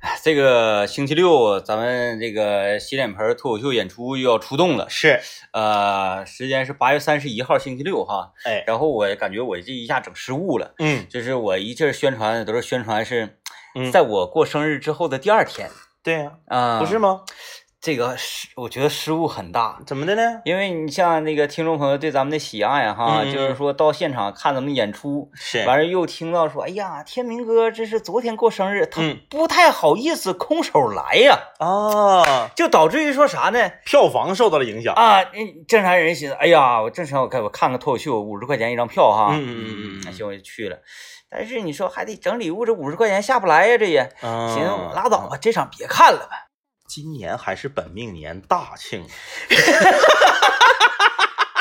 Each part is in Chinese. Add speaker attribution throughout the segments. Speaker 1: 哎，这个星期六咱们这个洗脸盆脱口秀演出又要出动了，
Speaker 2: 是，
Speaker 1: 呃，时间是八月三十一号星期六哈。
Speaker 2: 哎，
Speaker 1: 然后我感觉我这一下整失误了，
Speaker 2: 嗯，
Speaker 1: 就是我一劲儿宣传都是宣传是
Speaker 2: 嗯
Speaker 1: 在我过生日之后的第二天
Speaker 2: 对呀、
Speaker 1: 啊，
Speaker 2: 不是吗？
Speaker 1: 这个失，我觉得失误很大。
Speaker 2: 怎么的呢？
Speaker 1: 因为你像那个听众朋友对咱们的喜爱呀，哈，
Speaker 2: 嗯嗯嗯
Speaker 1: 就是说到现场看咱们演出，
Speaker 2: 是
Speaker 1: 完了又听到说，哎呀，天明哥这是昨天过生日，他
Speaker 2: 嗯
Speaker 1: 不太好意思空手来呀，
Speaker 2: 啊，
Speaker 1: 就导致于说啥呢？
Speaker 2: 票房受到了影响。
Speaker 1: 啊，嗯正常人寻思，哎呀，我正常我看我看个脱口秀，五十块钱一张票哈，哎
Speaker 2: 嗯嗯嗯嗯嗯
Speaker 1: 那行我就去了，但是你说还得整礼物，这五十块钱下不来呀，这也，
Speaker 2: 啊
Speaker 1: 寻思我拉倒吧，这场别看了吧。
Speaker 2: 今年还是本命年大庆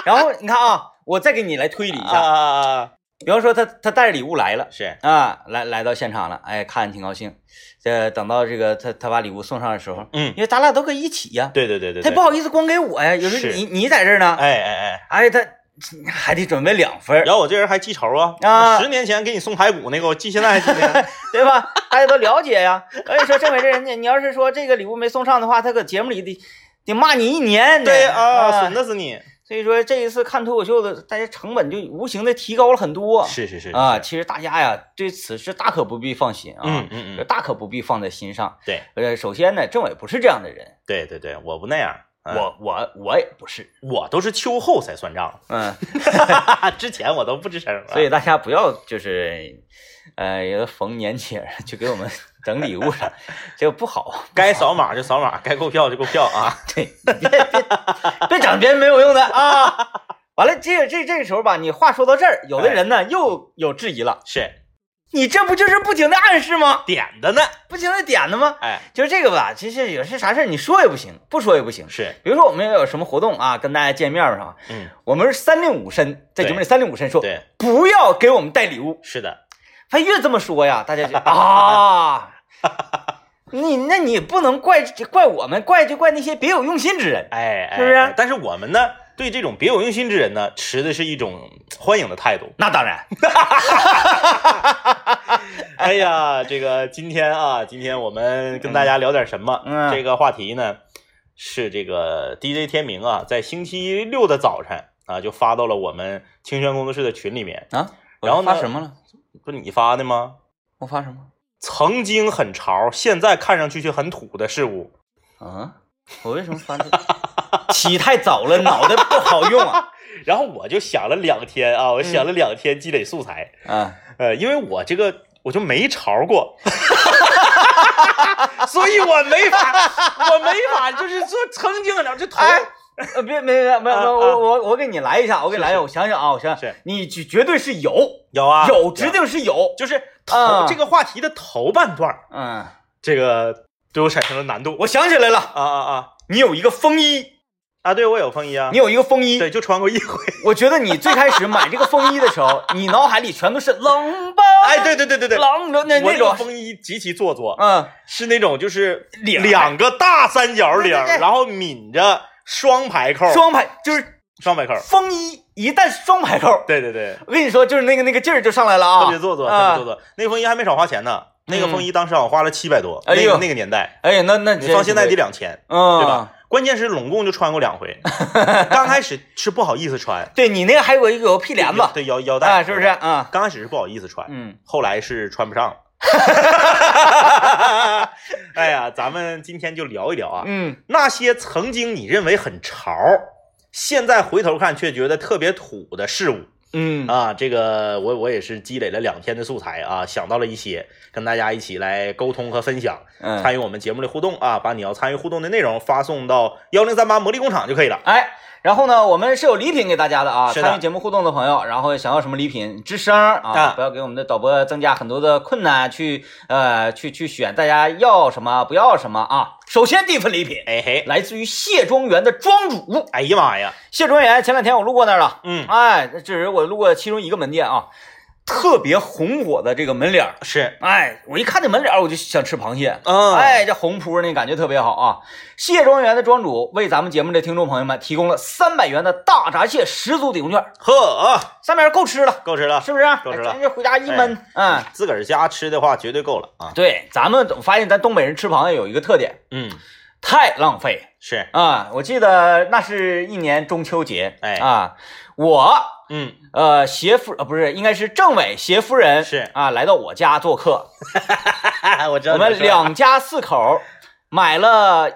Speaker 1: 然后你看啊，我再给你来推理一下，
Speaker 2: 啊，
Speaker 1: 比方说他他带着礼物来了。
Speaker 2: 是，
Speaker 1: 啊，来来到现场了，哎，看着挺高兴。这等到这个他他把礼物送上的时候，
Speaker 2: 嗯
Speaker 1: 因，为咱俩都搁一起呀、
Speaker 2: 对对对对，
Speaker 1: 他
Speaker 2: 对
Speaker 1: 不，好意思光给我呀，有时
Speaker 2: 是
Speaker 1: 候你你在这儿呢，
Speaker 2: 哎哎哎，
Speaker 1: 哎，他还得准备两份儿，
Speaker 2: 然后我这人还记仇啊，
Speaker 1: 啊
Speaker 2: 我十年前给你送排骨那个，我记现在还记得。
Speaker 1: 对吧？大家都了解呀。而且说这回这人家，你要是说这个礼物没送上的话，他搁节目里得得骂你一年呢。
Speaker 2: 对啊，损
Speaker 1: 的。
Speaker 2: 的是 你。
Speaker 1: 所以说这一次看脱口秀的，大家成本就无形的提高了很多。
Speaker 2: 是是是，
Speaker 1: 啊，其实大家呀对此事大可不必放心啊，
Speaker 2: 嗯嗯嗯，
Speaker 1: 大可不必放在心上。
Speaker 2: 对
Speaker 1: 呃，首先呢，政委不是这样的人，
Speaker 2: 对对对，我不那样，嗯
Speaker 1: 我我我也不是，
Speaker 2: 我都是秋后才算 账，
Speaker 1: 嗯，
Speaker 2: 之前我都不吱声啊。
Speaker 1: 所以大家不要就是，呃，有的逢年节儿就给我们 整礼物啥，这个不好，
Speaker 2: 该扫码就扫码，该购票就购票啊。
Speaker 1: 对，你别别别整别人没有用的啊。完了，这这这个时候吧，你话说到这儿，有的
Speaker 2: 哎
Speaker 1: 人呢又有质疑了，
Speaker 2: 是
Speaker 1: 你这不就是不停的暗示吗？
Speaker 2: 点的呢，
Speaker 1: 不停的点的吗？
Speaker 2: 哎，
Speaker 1: 就是这个吧，其实有是啥事儿你说也不行，不说也不行。
Speaker 2: 是，
Speaker 1: 比如说我们要有什么活动啊，跟大家见面儿啥，
Speaker 2: 嗯，
Speaker 1: 我们是三令五申，在节目里三令五申说，
Speaker 2: 对，
Speaker 1: 不要给我们带礼物。
Speaker 2: 是的，
Speaker 1: 他越这么说呀，大家就啊， 你那你不能怪怪我们，怪就怪那些别有用心之人。
Speaker 2: 哎，哎
Speaker 1: 是不是
Speaker 2: 哎但是我们呢，对这种别有用心之人呢，持的是一种欢迎的 态度。
Speaker 1: 那当然，
Speaker 2: 哎呀，这个今天啊，今天我们跟大家聊点什么？
Speaker 1: 嗯
Speaker 2: 这个话题呢是这个 DJ 天明啊，在星期六的早晨啊，就发到了我们清轩工作室的群里面。
Speaker 1: 啊，
Speaker 2: 然后呢
Speaker 1: 我发什么了？
Speaker 2: 不是你发的吗？
Speaker 1: 我发什么？
Speaker 2: 曾经很潮，现在看上去却很土的事物。
Speaker 1: 啊，我为什么 发这？起太早了，脑袋不好用啊。
Speaker 2: 然后我就想了两天啊，我想了
Speaker 1: 嗯
Speaker 2: 两天积累素材，
Speaker 1: 啊，
Speaker 2: 呃，因为我这个我就没潮过， 所以我没法，我没法，就是说曾经聊这头，
Speaker 1: 哎呃别没没没
Speaker 2: 啊啊
Speaker 1: 有，我我我给你来一下，我给你来一下，
Speaker 2: 是
Speaker 1: 我想想啊，我想想
Speaker 2: 是，
Speaker 1: 你绝绝对是有
Speaker 2: 有啊，
Speaker 1: 有，指定是有。
Speaker 2: 就是头、
Speaker 1: 啊
Speaker 2: 这个话题的头半段儿，
Speaker 1: 嗯，
Speaker 2: 这个对我产生了难度。
Speaker 1: 我想起来了，
Speaker 2: 啊啊啊
Speaker 1: 你有一个风衣，
Speaker 2: 啊！对我有风衣啊，
Speaker 1: 你有一个风衣，
Speaker 2: 对就穿过一回。
Speaker 1: 我觉得你最开始买这个风衣的时 候，你脑海里全都是冷吧？
Speaker 2: 哎，对对对对对，
Speaker 1: 冷的那
Speaker 2: 我
Speaker 1: 那
Speaker 2: 这个
Speaker 1: 种，
Speaker 2: 风衣极其做作，
Speaker 1: 啊嗯，
Speaker 2: 是那种就是
Speaker 1: 领儿
Speaker 2: 两个大三角领儿，
Speaker 1: 对对对
Speaker 2: 然后抿着双排扣，
Speaker 1: 双排就是
Speaker 2: 双排扣。
Speaker 1: 风衣，一旦双排扣，
Speaker 2: 对对对，
Speaker 1: 我跟你说，就是那个那个劲儿就上来了啊，
Speaker 2: 特别做作，特
Speaker 1: 啊
Speaker 2: 别做作。那个风衣还没少花钱呢，那个
Speaker 1: 嗯
Speaker 2: 风衣当时我花了七百多，
Speaker 1: 哎
Speaker 2: 那
Speaker 1: 呦
Speaker 2: 个那个年代，
Speaker 1: 哎呀，那那
Speaker 2: 你放现在得，两千，
Speaker 1: 嗯，
Speaker 2: 对吧？？关键是拢共就穿过 两回，刚开始是不好意思穿，
Speaker 1: 对你那个还有一个有个屁帘子，
Speaker 2: 对腰腰带
Speaker 1: 啊，是不是？？啊，
Speaker 2: 刚开始是不好意思穿，
Speaker 1: 嗯，
Speaker 2: 后来是穿不上了。 哎呀，咱们今天就聊一聊啊，
Speaker 1: 嗯，
Speaker 2: 那些曾经你认为很潮，现在回头看却觉得特别土的事物
Speaker 1: 嗯，
Speaker 2: 啊。这个我我也是积累了两天的素材啊，想到了一些，跟大家一起来沟通和分享，
Speaker 1: 嗯
Speaker 2: 参与我们节目的互动啊。把你要参与互动的内容发送到幺零三八魔力工厂就可以了。
Speaker 1: 哎。然后呢，我们是有礼品给大家的啊，
Speaker 2: 是的
Speaker 1: 参与节目互动的朋友，然后想要什么礼品，吱声儿啊
Speaker 2: 啊，
Speaker 1: 不要给我们的导播增加很多的困难，去呃去去选大家要什么不要什么啊。首先第一份礼品
Speaker 2: 哎嘿，
Speaker 1: 来自于谢庄园的庄主
Speaker 2: 哎呀妈呀，
Speaker 1: 谢庄园，前两天我路过那儿了，
Speaker 2: 嗯
Speaker 1: 哎，这是我路过其中一个门店啊。特别红火的这个门脸儿。
Speaker 2: 是，
Speaker 1: 哎，我一看这门脸儿，我就想吃螃蟹。
Speaker 2: 嗯，
Speaker 1: 哎，这红扑那感觉特别好啊！蟹庄园的庄主为咱们节目的听众朋友们提供了三百元的大闸蟹十足抵用券，
Speaker 2: 呵啊，
Speaker 1: 三百元够吃了，
Speaker 2: 够吃了，
Speaker 1: 是不是？
Speaker 2: 够吃了哎
Speaker 1: 咱这回家一闷，嗯，
Speaker 2: 自个儿家吃的话绝对够了啊。
Speaker 1: 对，咱们我发现咱东北人吃螃蟹有一个特点，
Speaker 2: 嗯，
Speaker 1: 太浪费
Speaker 2: 是，
Speaker 1: 啊！我记得那是一年中秋节，
Speaker 2: 哎
Speaker 1: 啊，我
Speaker 2: 嗯，
Speaker 1: 呃携夫呃不是，应该是政委携夫人
Speaker 2: 是
Speaker 1: 啊来到我家做客，
Speaker 2: 我知道
Speaker 1: 我
Speaker 2: 你
Speaker 1: 们
Speaker 2: 说
Speaker 1: 两家四口买了，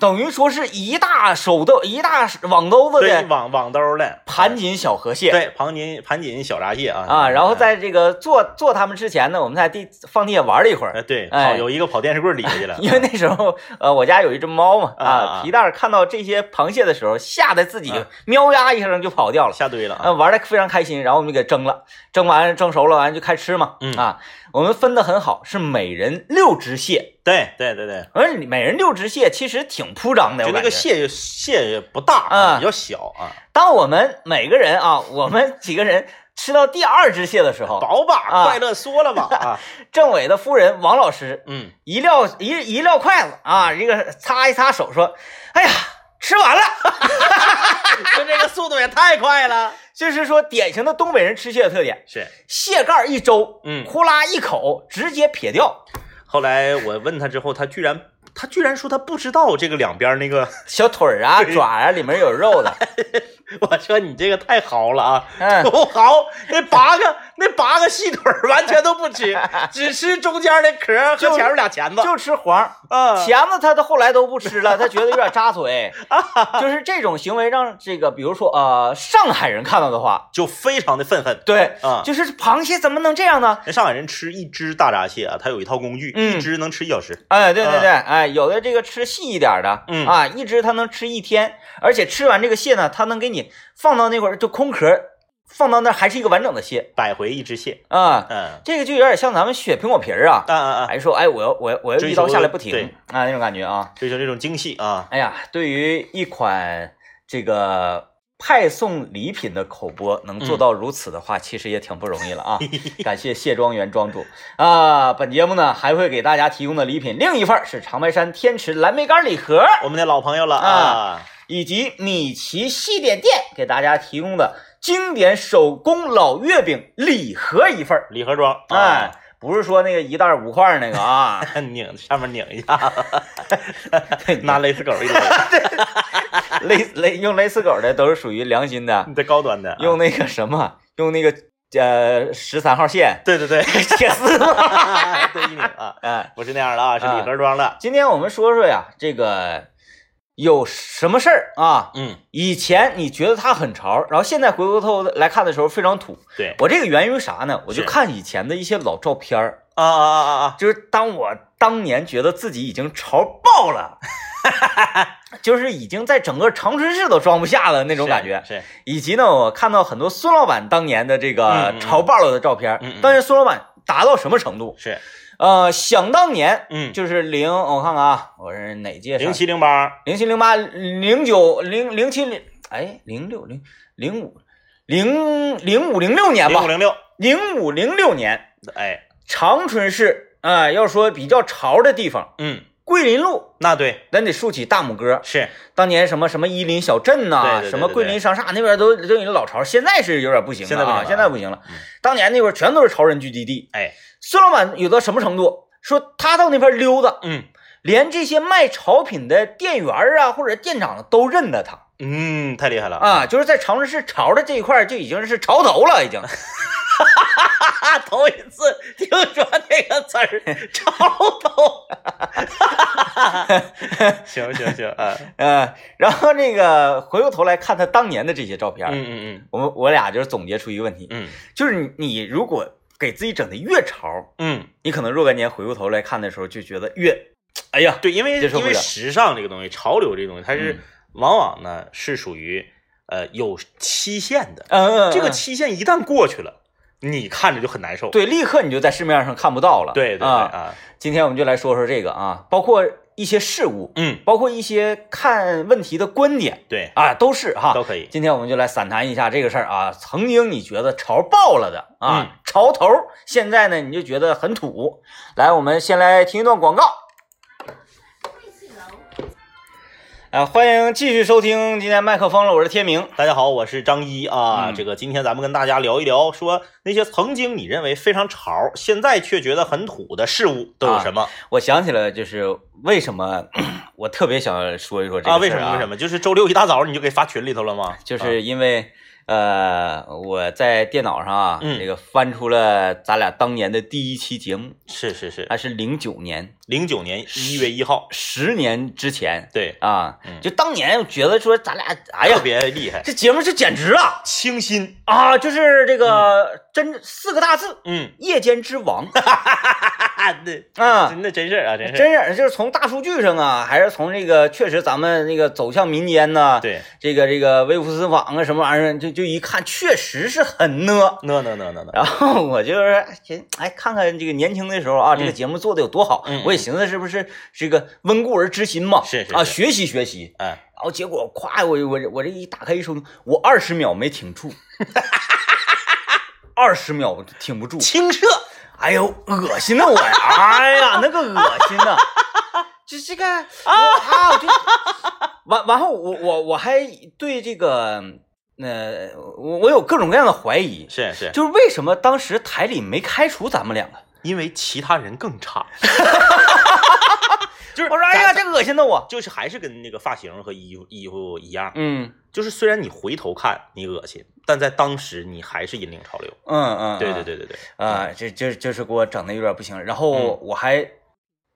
Speaker 1: 等于说是一大手兜一大网兜子
Speaker 2: 对
Speaker 1: 的
Speaker 2: 网网兜了，
Speaker 1: 盘锦小河蟹。
Speaker 2: 对盘锦盘锦小闸蟹啊
Speaker 1: 啊，然后
Speaker 2: 再
Speaker 1: 在这个做做他们之前呢，我们在地放地下玩了一会儿，
Speaker 2: 哎对，
Speaker 1: 哎
Speaker 2: 跑有一个跑电视柜里下去了，
Speaker 1: 因为那时候呃，我家有一只猫嘛，
Speaker 2: 啊啊
Speaker 1: 啊，皮蛋儿看到这些螃蟹的时候，吓得自己
Speaker 2: 啊
Speaker 1: 喵呀一声就跑掉了。
Speaker 2: 下堆了啊
Speaker 1: 呃，玩的非常开心，然后我们就给蒸了，蒸完蒸熟了，完就开吃嘛。
Speaker 2: 嗯
Speaker 1: 啊，我们分的很好，是每人六只蟹，
Speaker 2: 对对对对，
Speaker 1: 而你每人六只蟹其实挺铺张的，
Speaker 2: 就
Speaker 1: 我
Speaker 2: 那
Speaker 1: 感
Speaker 2: 个
Speaker 1: 觉。
Speaker 2: 蟹蟹不大
Speaker 1: 啊
Speaker 2: 比较小啊，
Speaker 1: 当我们每个人啊，我们几个人吃到第二只蟹的时候，
Speaker 2: 饱吧，
Speaker 1: 啊
Speaker 2: 快乐说了吧 啊，
Speaker 1: 政委的夫人王老师
Speaker 2: 嗯，
Speaker 1: 一撂一一撂筷子啊，一个擦一擦手说：“哎呀，吃完了。”
Speaker 2: 就这个速度也太快了，
Speaker 1: 这是说典型的东北人吃蟹的特点，
Speaker 2: 是。
Speaker 1: 蟹盖一周，
Speaker 2: 嗯
Speaker 1: 呼啦一口直接撇掉，
Speaker 2: 后来我问他之后，他居然他居然说他不知道这个两边那个，
Speaker 1: 小腿儿啊、
Speaker 2: 对
Speaker 1: 爪啊里面有肉的，
Speaker 2: 我说你这个太豪了啊！
Speaker 1: 嗯，
Speaker 2: 不豪，那八个那八个细腿儿完全都不 吃，只吃中间的壳儿和
Speaker 1: 就
Speaker 2: 前面俩钳子。
Speaker 1: 就吃黄。
Speaker 2: 啊，
Speaker 1: 钳子他都后来都不吃了，他觉得有点扎嘴，就是这种行为让这个，比如说呃上海人看到的话，
Speaker 2: 就非常的愤恨。
Speaker 1: 对，
Speaker 2: 啊
Speaker 1: 就是螃蟹怎么能这样呢？
Speaker 2: 那上海人吃一只大闸蟹啊，他有一套工具，
Speaker 1: 嗯
Speaker 2: 一只能吃一小时。
Speaker 1: 哎，对对对，哎，有的这个吃细一点儿的，
Speaker 2: 嗯
Speaker 1: 啊，一只它能吃一天，而且吃完这个蟹呢，它能给你放到那块儿就空壳儿，放到那儿还是一个完整的蟹
Speaker 2: 百回一只蟹，
Speaker 1: 啊。
Speaker 2: 嗯，
Speaker 1: 这个就有点像咱们削苹果皮儿啊，
Speaker 2: 啊啊啊，
Speaker 1: 还说哎，我要我要我要
Speaker 2: 追
Speaker 1: 一刀
Speaker 2: 求
Speaker 1: 下来不停
Speaker 2: 对
Speaker 1: 啊那种感觉啊。
Speaker 2: 追求这种精细啊，
Speaker 1: 哎呀，对于一款这个派送礼品的口播能做到如此的话，其实也挺不容易了啊。感谢卸妆园庄主啊，本节目呢还会给大家提供的礼品，另一份儿是长白山天池蓝莓干礼盒，
Speaker 2: 我们的老朋友了
Speaker 1: 啊
Speaker 2: 啊，
Speaker 1: 以及米奇西点店给大家提供的经典手工老月饼礼盒一份儿。
Speaker 2: 礼盒装，
Speaker 1: 哎，，不是说那个一袋儿五块儿那个啊，
Speaker 2: 拧上面拧一下，拿蕾丝狗一勒，
Speaker 1: 蕾蕾用蕾丝狗的都是属于良心的，
Speaker 2: 你这高端的啊，
Speaker 1: 用那个什么，用那个呃十三号线
Speaker 2: 对对对，
Speaker 1: 铁丝嘛。
Speaker 2: 对一拧啊，
Speaker 1: 哎，
Speaker 2: 不是那样的啊，是礼盒装的，
Speaker 1: 今天我们说说呀，这个有什么事儿啊？
Speaker 2: 嗯，
Speaker 1: 以前你觉得它很潮，然后现在回过头来看的时候非常土。
Speaker 2: 对，
Speaker 1: 我这个源于啥呢？我就是看以前的一些老照片儿，
Speaker 2: 啊啊啊啊啊，
Speaker 1: 就是当我当年觉得自己已经潮爆了， 就是已经在整个长春市都装不下了那种感觉。
Speaker 2: 是，是
Speaker 1: 以及呢，我看到很多孙老板当年的这个
Speaker 2: 嗯嗯
Speaker 1: 潮爆了的照片儿。
Speaker 2: 嗯嗯
Speaker 1: 当年孙老板达到什么程度？
Speaker 2: 是，
Speaker 1: 呃，想当年
Speaker 2: 嗯，
Speaker 1: 就是零，我看看啊，我是哪届上？
Speaker 2: 零七零八，
Speaker 1: 零七零八零九零零七零哎零六零零五零零五零六年
Speaker 2: 零
Speaker 1: 吧
Speaker 2: 五，零六，
Speaker 1: 零五零六年，
Speaker 2: 哎，
Speaker 1: 长春市啊、要说比较潮的地方，
Speaker 2: 嗯，
Speaker 1: 桂林路，
Speaker 2: 那对，
Speaker 1: 咱得竖起大拇哥。
Speaker 2: 是，
Speaker 1: 当年什么什么伊林小镇呐、
Speaker 2: 对对对对
Speaker 1: 什么桂林商厦那边都都已经老潮，现在是有点不行了啊，
Speaker 2: 现
Speaker 1: 现
Speaker 2: 在
Speaker 1: 在
Speaker 2: 不
Speaker 1: 不行了。
Speaker 2: 嗯
Speaker 1: 当年那会儿全都是潮人聚集地。
Speaker 2: 哎，
Speaker 1: 孙老板有到什么程度？说他到那边溜达，
Speaker 2: 嗯
Speaker 1: 连这些卖潮品的店员啊或者店长都认得他
Speaker 2: 嗯，太厉害了，
Speaker 1: 啊，就是在长春市潮的这一块儿就已经是潮头了，已 经。
Speaker 2: 啊， 头一次听说这个词儿，超逗。 行行行，啊，
Speaker 1: 呃，然后那个回过头来看他当年的这些照片儿，
Speaker 2: 嗯嗯
Speaker 1: 我们我俩就是总结出一个问题，
Speaker 2: 嗯
Speaker 1: 就是你你如果给自己整的越潮，
Speaker 2: 嗯
Speaker 1: 你可能若干年回过头来看的时候就觉得越，哎呀
Speaker 2: 嗯，，对，因为
Speaker 1: 接受
Speaker 2: 因
Speaker 1: 不
Speaker 2: 为
Speaker 1: 了
Speaker 2: 时尚这个东西，潮流这个东西，它是
Speaker 1: 嗯
Speaker 2: 往往呢是属于呃有期限的，
Speaker 1: 嗯嗯，
Speaker 2: 这个
Speaker 1: 嗯
Speaker 2: 期限一旦过去了，你看着就很难受。
Speaker 1: 对，立刻你就在市面上看不到了。
Speaker 2: 对对对
Speaker 1: 啊，
Speaker 2: 啊，
Speaker 1: 今天我们就来说说这个啊，包括一些事物，
Speaker 2: 嗯，
Speaker 1: 包括一些看问题的观点
Speaker 2: 对，
Speaker 1: 啊，都是哈，
Speaker 2: 都可以。
Speaker 1: 今天我们就来散谈一下这个事儿啊。曾经你觉得潮爆了的啊，
Speaker 2: 嗯
Speaker 1: 潮头，现在呢你就觉得很土。来，我们先来听一段广告。啊，欢迎继续收听今天麦克风了，我是天明。
Speaker 2: 大家好，我是张一啊。
Speaker 1: 嗯
Speaker 2: 这个今天咱们跟大家聊一聊，说那些曾经你认为非常潮，现在却觉得很土的事物都
Speaker 1: 啊
Speaker 2: 有什么
Speaker 1: 我想起了，就是为什么 我特别想说一说这个、
Speaker 2: 啊？为什么？为什
Speaker 1: 么？
Speaker 2: 啊么？就是周六一大早你就给发群里头了吗？
Speaker 1: 就是因为。呃，我在电脑上啊，
Speaker 2: 嗯
Speaker 1: 这个翻出了咱俩当年的第一期节目，
Speaker 2: 是是是，
Speaker 1: 那是零九年，
Speaker 2: 零九年一月一号，
Speaker 1: 十年之前
Speaker 2: 对，
Speaker 1: 啊
Speaker 2: 嗯，
Speaker 1: 就当年觉得说咱俩，哎呀
Speaker 2: 特，别厉害，
Speaker 1: 这节目是简直了
Speaker 2: 清新，
Speaker 1: 啊，就是这个真四个大字，
Speaker 2: 嗯，
Speaker 1: 夜间之王
Speaker 2: 哈哈，对，
Speaker 1: 啊。
Speaker 2: 真的真事儿啊，真事儿，
Speaker 1: 真是，就是从大数据上啊，还是从这个确实咱们那个走向民间呐、
Speaker 2: 对，
Speaker 1: 这个这个微服私访啊什么玩意儿，就就一看确实是很呢。
Speaker 2: 那那那那那，
Speaker 1: 然后我就是寻哎，看看这个年轻的时候啊，这个节目做的有多好，
Speaker 2: 嗯嗯
Speaker 1: 我也寻思是不是这个温故而知新嘛，
Speaker 2: 是是
Speaker 1: 啊，
Speaker 2: 是
Speaker 1: 学习学习。
Speaker 2: 哎，
Speaker 1: 然后结果咵，我我我这一打开一收听，我二十秒没挺 住，二十秒挺不住，
Speaker 2: 清澈，
Speaker 1: 哎呦，恶心呐我呀！哎呀，那个恶心 呐，就这个啊啊，我就 完完后我我我还对这个呃，我我有各种各样的怀疑，
Speaker 2: 是是，
Speaker 1: 就是为什么当时台里没开除咱们两个？
Speaker 2: 因为其他人更差，就是
Speaker 1: 我说哎呀，这恶心的我，
Speaker 2: 就是还是跟那个发型和衣服衣服一样，
Speaker 1: 嗯
Speaker 2: 就是虽然你回头看你恶心，但在当时你还是引领潮流。
Speaker 1: 嗯嗯，
Speaker 2: 对对对对对，
Speaker 1: 啊，这这就是给我整的有点不行。然后
Speaker 2: 嗯
Speaker 1: 我还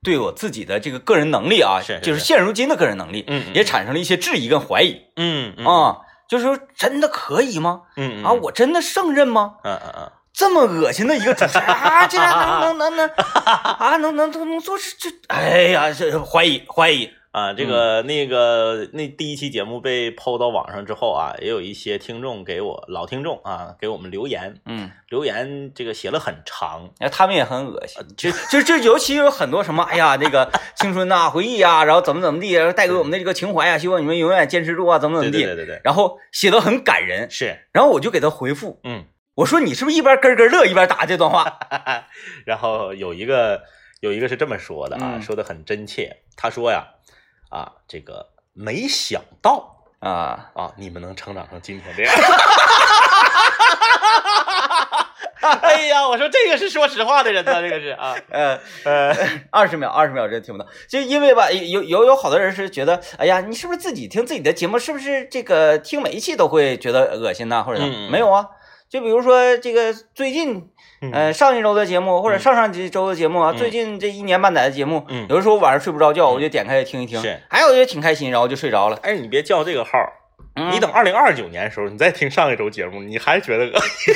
Speaker 1: 对我自己的这个个人能力啊，
Speaker 2: 是是
Speaker 1: 就是
Speaker 2: 是
Speaker 1: 现如今的个人能力，
Speaker 2: 嗯嗯
Speaker 1: 也产生了一些质疑跟怀疑
Speaker 2: 嗯嗯
Speaker 1: 啊，就是说真的可以吗？
Speaker 2: 嗯嗯
Speaker 1: 啊，我真的胜任吗？
Speaker 2: 嗯嗯嗯，
Speaker 1: 这么恶心的一个主持人啊，竟然能能能能啊，能能能能做是这，哎呀，这怀疑怀疑，
Speaker 2: 啊，这个那个那第一期节目被抛到网上之后啊，也有一些听众给我老听众啊给我们留言，
Speaker 1: 嗯，
Speaker 2: 留言这个写了很长，
Speaker 1: 哎，他们也很恶心，就就就尤其有很多什么，哎呀，那个青春呐、回忆啊，然后怎么怎么地，然后带给我们的这个情怀啊，希望你们永远坚持住啊，怎么怎
Speaker 2: 对
Speaker 1: 么地，
Speaker 2: 对对对对，
Speaker 1: 然后写的很感人，
Speaker 2: 是，
Speaker 1: 然后我就给他回复，
Speaker 2: 嗯，
Speaker 1: 我说你是不是一边咯咯乐一边打这段话？
Speaker 2: 然后有一个有一个是这么说的啊，
Speaker 1: 嗯
Speaker 2: 说的很真切，他说呀，啊，这个没想到。
Speaker 1: 啊，
Speaker 2: 啊，你们能成长成今天这样。 哎呀，我说这个是说实话的人呐，这个是啊，
Speaker 1: 呃，
Speaker 2: 呃，
Speaker 1: 二十秒，二十秒真听不到，就因为吧，有有有好多人是觉得，哎呀，你是不是自己听自己的节目，是不是这个听每一期都会觉得恶心呐、或者怎么
Speaker 2: 嗯嗯
Speaker 1: 没有啊？就比如说这个最近，
Speaker 2: 哎
Speaker 1: 呃，上一周的节目或者
Speaker 2: 嗯
Speaker 1: 上上周的节目啊，
Speaker 2: 嗯
Speaker 1: 最近这一年半载的节目，
Speaker 2: 嗯
Speaker 1: 有的时候晚上睡不着觉，我就点开听一听，
Speaker 2: 是
Speaker 1: 哎，我觉得挺开心，然后就睡着了。
Speaker 2: 哎但是你别叫这个号儿，
Speaker 1: 嗯
Speaker 2: 你等二零二九年的时候，你再听上一周节目，你还觉得恶心。